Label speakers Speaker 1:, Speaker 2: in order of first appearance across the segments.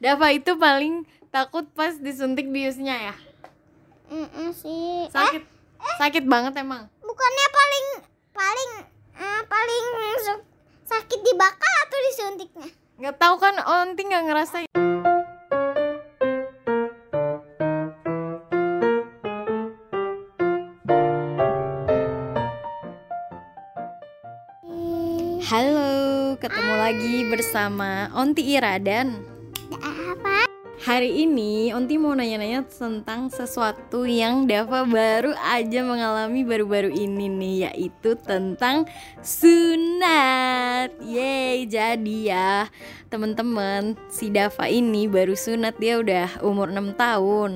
Speaker 1: Dava itu paling takut pas disuntik biusnya ya.
Speaker 2: Mm-mm sih. Eh,
Speaker 1: Sakit. Sakit banget emang.
Speaker 2: bukannya paling paling eh, paling su- sakit dibakar atau disuntiknya?
Speaker 1: nggak tahu kan onti nggak ngerasain Halo, ketemu lagi bersama Onti Ira dan
Speaker 2: Apa?
Speaker 1: hari ini Onti mau nanya-nanya tentang sesuatu yang Dava baru aja mengalami baru-baru ini nih yaitu tentang sunat. Yeay, jadi ya teman-teman si Dava ini baru sunat dia udah umur 6 tahun.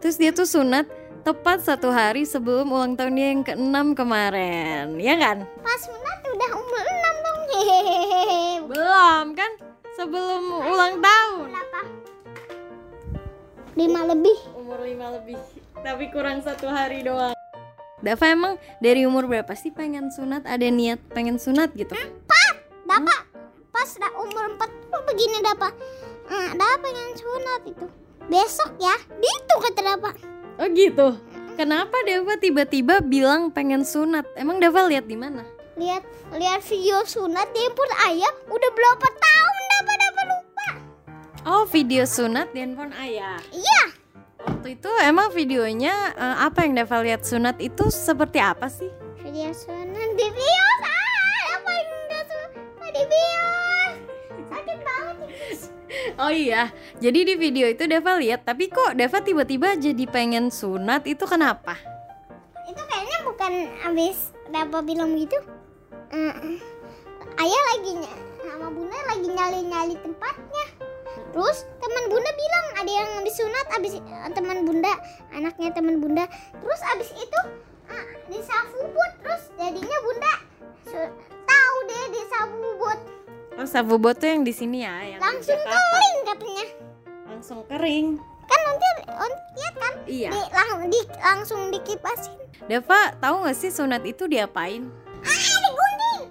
Speaker 1: Terus dia tuh sunat tepat satu hari sebelum ulang tahun dia yang ke-6 kemarin, ya kan?
Speaker 2: Pas sunat udah umur 6 dong. Hehehe.
Speaker 1: Belum kan? Sebelum ulang tahun.
Speaker 2: Berapa? 5 lebih.
Speaker 1: umur lima lebih tapi kurang satu hari doang Dava emang dari umur berapa sih pengen sunat ada niat pengen sunat gitu
Speaker 2: Dapat pas dah umur 40 begini dapat. Eh, dapat pengen sunat itu. Besok ya, gitu kata dapat.
Speaker 1: oh gitu kenapa Dava tiba-tiba bilang pengen sunat emang Dava lihat di mana
Speaker 2: Lihat lihat video sunat di handphone ayah udah berapa tahun dapat dapat lupa.
Speaker 1: oh video sunat di handphone ayah
Speaker 2: Iya,
Speaker 1: waktu itu emang videonya eh, apa yang Dava lihat sunat itu seperti apa sih
Speaker 2: video sunat di bios. Ah, apa yang udah sunat di bios? Sakit banget.
Speaker 1: Oh iya, jadi di video itu Dava lihat, tapi kok Dava tiba-tiba jadi pengen sunat itu kenapa?
Speaker 2: Itu kayaknya bukan abis dapat bilang gitu. Eh, ayah lagi ny- sama bunda lagi nyali-nyali tempatnya. Terus teman bunda bilang ada yang habis sunat abis eh, teman bunda anaknya teman bunda. Terus abis itu eh, disabubut terus jadinya bunda su- tahu deh disabubut
Speaker 1: Oh, sabu bot tuh yang di sini ya, yang di
Speaker 2: langsung
Speaker 1: Jakarta.
Speaker 2: kering katanya.
Speaker 1: langsung kering.
Speaker 2: Kan nanti on lihat kan
Speaker 1: Iya.
Speaker 2: di, lang- di- langsung dikipasin.
Speaker 1: Deva, tahu nggak sih sunat itu diapain?
Speaker 2: Ah, digunting.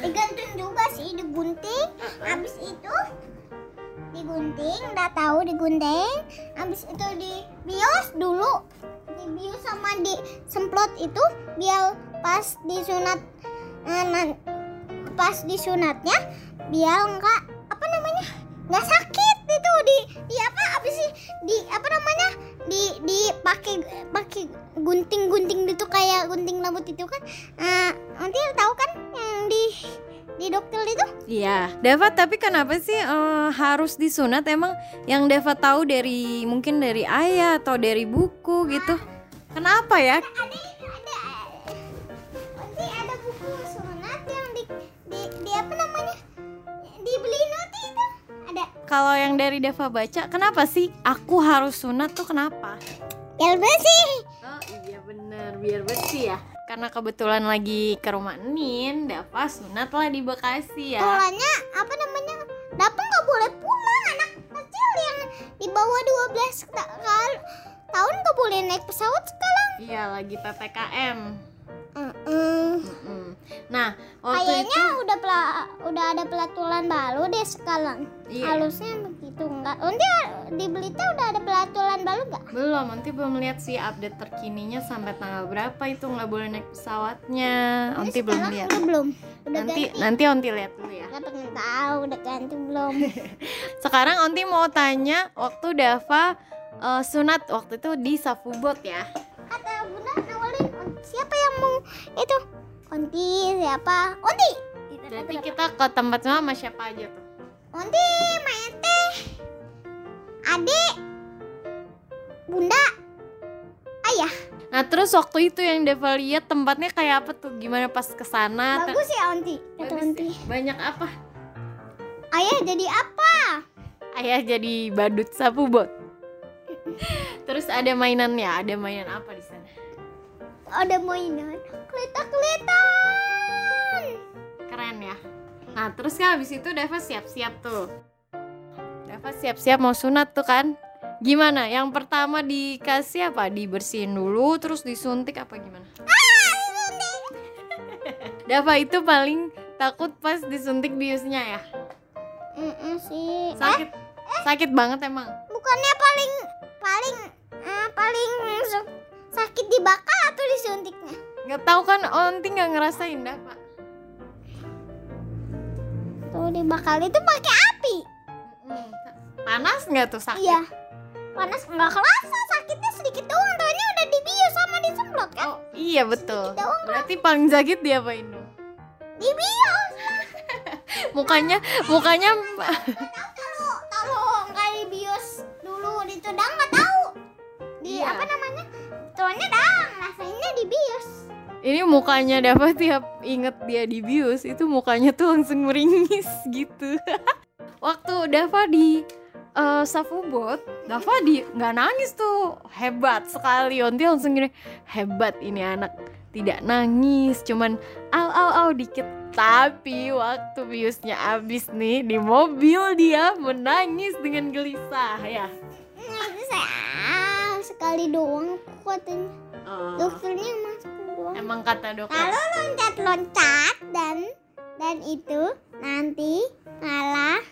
Speaker 2: Digantung juga sih, digunting. Habis itu digunting, nggak tahu digunting. Habis itu dibius dulu. Dibius sama disemprot itu biar pas disunat eh, nan- pas disunatnya biar nggak apa namanya nggak sakit itu di di apa habis sih di apa namanya di di pakai pakai gunting gunting itu kayak gunting rambut itu kan Eh, nanti tahu kan yang di di dokter itu
Speaker 1: Iya. Deva, tapi kenapa sih eh, harus disunat? Emang yang Deva tahu dari mungkin dari ayah atau dari buku gitu? Kenapa ya?
Speaker 2: ada ada nanti ada buku sunat yang di di, di apa namanya dibeli nanti itu ada
Speaker 1: Kalau yang dari Deva baca, kenapa sih aku harus sunat tuh kenapa?
Speaker 2: yang bersih
Speaker 1: Oh iya bener, biar bersih ya. Karena kebetulan lagi ke rumah Nin, Deva sunat lah di Bekasi ya.
Speaker 2: Polanya apa namanya? Dapat nggak boleh pulang anak kecil yang di bawah 12 ta- kal- tahun nggak boleh naik pesawat sekarang.
Speaker 1: Iya lagi ppkm. Mm. Nah waktu
Speaker 2: Kayaknya udah pela- udah ada pelaturan baru deh sekarang.
Speaker 1: Iya.
Speaker 2: Halusnya begitu nggak? Nanti di Blitar udah ada pelaturan baru nggak?
Speaker 1: Belum, nanti belum lihat sih update terkininya sampai tanggal berapa itu nggak boleh naik pesawatnya.
Speaker 2: Ini
Speaker 1: Onti belum
Speaker 2: sekarang
Speaker 1: lihat.
Speaker 2: udah belum. Udah
Speaker 1: Nanti
Speaker 2: ganti.
Speaker 1: nanti Onti lihat dulu ya.
Speaker 2: Nggak pengen tahu udah ganti belum.
Speaker 1: Sekarang Onti mau tanya waktu Dava eh, sunat waktu itu di Safubot ya.
Speaker 2: Kata Bunda nawarin "On- siapa yang mau itu? Onti siapa? Onti.
Speaker 1: Berarti kita ke tempat sunat sama siapa aja tuh?
Speaker 2: Nanti main teh. Adik. Bunda. Ayah.
Speaker 1: Nah, terus waktu itu yang Dava lihat tempatnya kayak apa tuh? Gimana pas ke sana? Ter-
Speaker 2: Bagus ya Onti. Kata
Speaker 1: bagus
Speaker 2: Onti.
Speaker 1: ya? Banyak apa?
Speaker 2: Ayah jadi apa?
Speaker 1: Ayah jadi badut Safubot. terus ada mainannya, ada mainan apa di sana?
Speaker 2: Ada mainan. Kelita-kelitan.
Speaker 1: keren ya nah terus kan habis itu Deva siap-siap tuh Deva siap-siap mau sunat tuh kan gimana yang pertama dikasih apa dibersihin dulu terus disuntik apa gimana
Speaker 2: Ah,
Speaker 1: Deva itu paling takut pas disuntik biusnya ya
Speaker 2: Mm sih. Eh,
Speaker 1: sakit Sakit banget emang.
Speaker 2: bukannya paling paling eh, paling su- sakit dibakar atau disuntiknya
Speaker 1: Nggak tahu kan Onti nggak ngerasain dah pak.
Speaker 2: tuh dibakar itu pakai api
Speaker 1: Panas nggak tuh sakit?
Speaker 2: iya panas nggak kerasa sakitnya sedikit doang taunya udah dibius sama disemprot kan
Speaker 1: Oh iya betul.
Speaker 2: Sedikit doang,
Speaker 1: Berarti paling sakit dia apa Indo?
Speaker 2: dibius
Speaker 1: Mukanya mukanya
Speaker 2: kalau kalau nggak dibius dulu itu dang nggak tahu di
Speaker 1: Iya.
Speaker 2: apa namanya tuannya dang rasanya dibius
Speaker 1: ini mukanya dapat tiap inget dia dibius itu mukanya tuh langsung meringis gitu. Waktu Dava di eh, Safu Bot, Dava di nggak nangis tuh hebat sekali. Onti langsung gini hebat ini anak tidak nangis cuman au au au dikit tapi waktu biusnya abis nih di mobil dia menangis dengan gelisah ya
Speaker 2: Nah, itu saya ah, sekali doang katanya
Speaker 1: Oh,
Speaker 2: dokternya emang sekali doang
Speaker 1: emang kata dokter
Speaker 2: lalu loncat-loncat dan dan itu nanti malah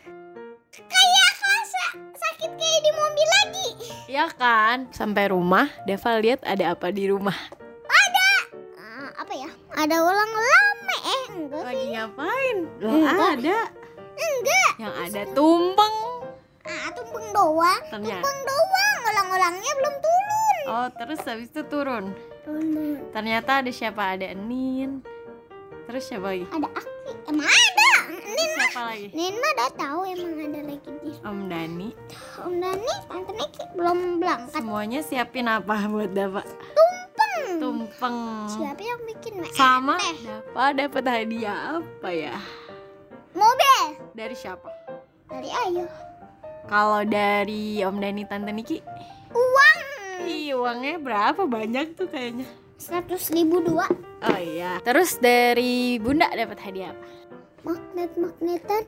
Speaker 2: kayak rasa sakit kayak di mobil lagi
Speaker 1: ya kan sampai rumah Deva lihat ada apa di rumah
Speaker 2: Ah, apa ya ada ulang lama eh enggak
Speaker 1: lagi ngapain
Speaker 2: Enggak.
Speaker 1: lah ada
Speaker 2: enggak
Speaker 1: Iya, yang ada tumpeng
Speaker 2: ah tumpeng doang
Speaker 1: ternyata
Speaker 2: tumpeng doang ulang-ulangnya belum turun
Speaker 1: oh terus habis itu turun
Speaker 2: turun belum.
Speaker 1: ternyata ada siapa ada Nin terus siapa lagi
Speaker 2: ada aki emang ada Nin
Speaker 1: siapa lagi
Speaker 2: Nin mah udah tahu emang ada lagi di
Speaker 1: Om Dani
Speaker 2: Om Dani tante Niki belum berangkat
Speaker 1: semuanya siapin apa buat Dava
Speaker 2: Peng.
Speaker 1: tumpeng
Speaker 2: siapa yang bikin WR?
Speaker 1: sama Dava dapat hadiah apa ya
Speaker 2: mobil
Speaker 1: dari siapa
Speaker 2: dari ayo
Speaker 1: kalau dari Om Dani Tante Niki
Speaker 2: uang
Speaker 1: Ih, uangnya berapa banyak tuh kayaknya
Speaker 2: seratus ribu dua
Speaker 1: oh iya terus dari Bunda dapat hadiah apa
Speaker 2: magnet magnetan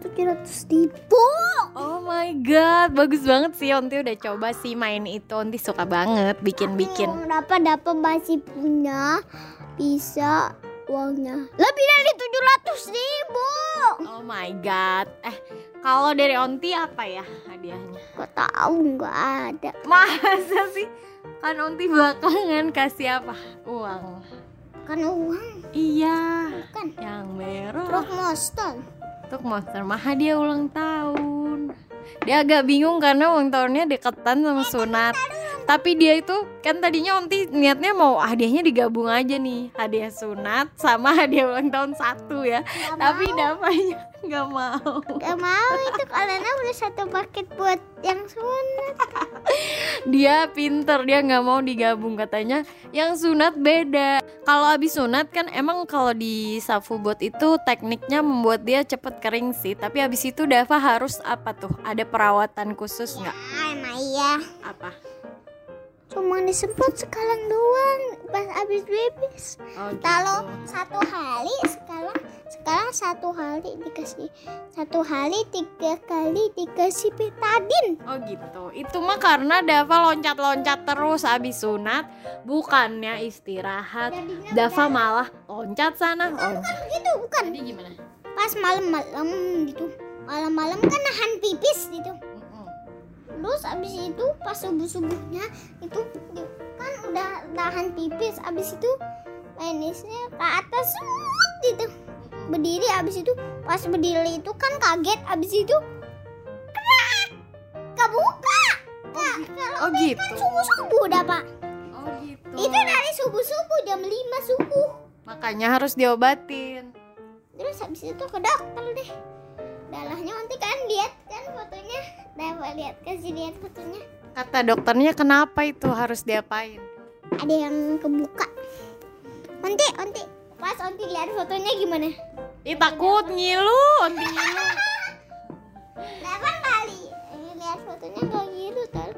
Speaker 2: tujuh ratus ribu
Speaker 1: Oh my god, bagus banget sih Onti udah coba sih main itu Onti suka banget bikin-bikin
Speaker 2: dapat dapat masih punya bisa uangnya lebih dari tujuh ratus ribu
Speaker 1: Oh my god Eh, kalau dari Onti apa ya hadiahnya?
Speaker 2: kok tahu nggak ada
Speaker 1: Masa sih? Kan Onti belakangan kasih apa? Uang
Speaker 2: kan uang
Speaker 1: Iya
Speaker 2: kan
Speaker 1: Yang merah
Speaker 2: truk monster
Speaker 1: Untuk monster mah hadiah ulang tahun Dia agak bingung karena ulang tahunnya deketan sama sunat tapi dia itu kan tadinya Onti niatnya mau hadiahnya digabung aja nih hadiah sunat sama hadiah ulang tahun satu ya tapi namanya nggak mau
Speaker 2: Gak mau itu karena udah satu paket buat yang sunat
Speaker 1: dia pinter dia nggak mau digabung katanya yang sunat beda kalau abis sunat kan emang kalau di safu bot itu tekniknya membuat dia cepet kering sih tapi abis itu Dava harus apa tuh ada perawatan khusus nggak
Speaker 2: Ah, emang iya
Speaker 1: apa
Speaker 2: Cuma disemprot sekarang doang Pas abis bebis
Speaker 1: oh, gitu.
Speaker 2: Kalau satu hari sekarang sekarang satu hari dikasih satu hari tiga kali dikasih betadin
Speaker 1: Oh gitu, itu mah karena Dava loncat-loncat terus abis sunat Bukannya istirahat
Speaker 2: Jadinya
Speaker 1: Dava malah loncat sana Oh. loncat.
Speaker 2: gitu bukan
Speaker 1: Jadi gimana?
Speaker 2: pas malam-malam gitu malam-malam kan nahan pipis gitu terus abis itu pas subuh subuhnya itu di- kan udah nahan pipis abis itu penisnya ke atas semut gitu berdiri abis itu pas berdiri itu kan kaget abis itu kerak kebuka Kak, kalau
Speaker 1: Oh gitu
Speaker 2: subuh subuh udah pak
Speaker 1: Oh gitu
Speaker 2: itu kan dari subuh subuh jam 5 subuh
Speaker 1: Makanya harus diobatin
Speaker 2: terus habis itu ke dokter deh dalahnya nanti kan lihat kan fotonya dapat lihat kasih lihat fotonya
Speaker 1: Kata dokternya kenapa itu harus diapain?
Speaker 2: ada yang kebuka onti onti pas onti lihat fotonya gimana
Speaker 1: Ih takut ngilu Onti ngilu
Speaker 2: delapan kali ini lihat fotonya kayak gitu tal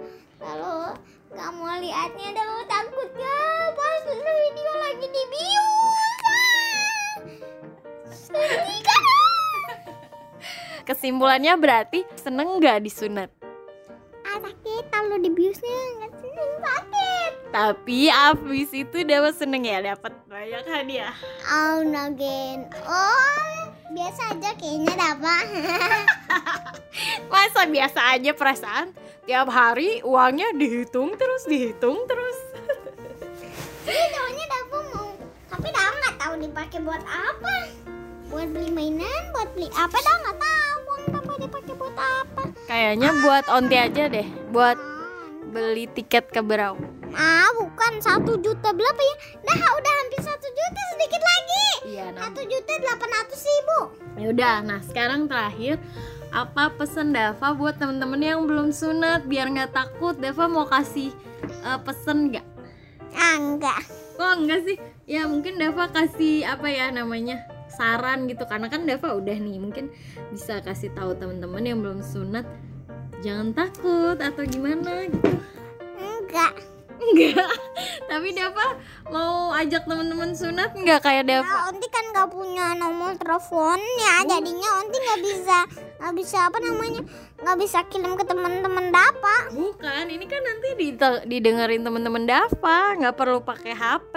Speaker 2: kalau nggak mau lihatnya udah mau takutnya pas foto video lagi dibius ah. sedih kan
Speaker 1: Kesimpulannya berarti seneng gak disunat?
Speaker 2: ah sakit kalau dibiusnya nggak seneng sakit
Speaker 1: Tapi abis itu Dava seneng ya dapat banyak hadiah
Speaker 2: Oh, again. Oh, biasa aja kayaknya dah, Pak.
Speaker 1: Masa biasa aja perasaan tiap hari uangnya dihitung terus dihitung terus.
Speaker 2: Ini tahunya Dava mau, tapi Dava nggak tahu dipakai buat apa. Buat beli mainan, buat beli apa? Dava nggak tahu uang Dava dipakai buat apa.
Speaker 1: Kayaknya buat onti aja deh, buat
Speaker 2: Ah,
Speaker 1: beli tiket ke Berau.
Speaker 2: Ah, bukan satu juta berapa ya? Dah, udah hampir satu juta sedikit lagi.
Speaker 1: Iya,
Speaker 2: Satu juta delapan ratus ribu.
Speaker 1: Yaudah, nah sekarang terakhir apa pesan Dava buat temen-temen yang belum sunat biar nggak takut Dava mau kasih eh, pesan nggak?
Speaker 2: Ah, enggak.
Speaker 1: Kok enggak sih? Ya mungkin Dava kasih apa ya namanya saran gitu karena kan Dava udah nih mungkin bisa kasih tahu temen-temen yang belum sunat jangan takut atau gimana gitu
Speaker 2: Enggak.
Speaker 1: enggak tapi Dava mau ajak temen-temen sunat nggak kayak Dava
Speaker 2: Nah, Onti kan nggak punya nomor teleponnya, jadinya Onti nggak bisa, nggak bisa apa namanya, nggak bisa kirim ke teman-teman Dapa.
Speaker 1: bukan ini kan nanti dite- didengerin temen-temen Dava nggak perlu pakai HP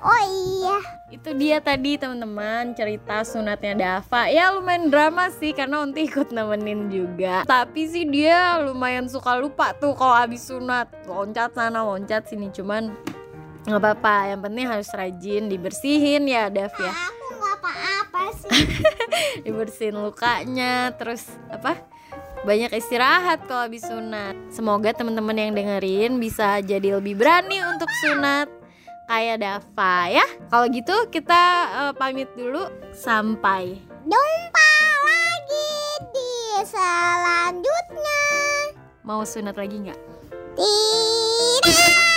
Speaker 2: Oh iya.
Speaker 1: itu dia tadi teman-teman cerita sunatnya Dava ya lumayan drama sih karena Unti ikut nemenin juga tapi sih dia lumayan suka lupa tuh kalau habis sunat loncat sana loncat sini cuman nggak apa-apa yang penting harus rajin dibersihin ya Dav ya
Speaker 2: Aku nggak apa-apa sih.
Speaker 1: dibersihin lukanya terus apa banyak istirahat kalau habis sunat semoga teman-teman yang dengerin bisa jadi lebih berani untuk sunat kayak Dava ya kalau gitu kita eh, pamit dulu sampai
Speaker 2: Jumpa lagi di selanjutnya.
Speaker 1: mau sunat lagi nggak
Speaker 2: Tidak.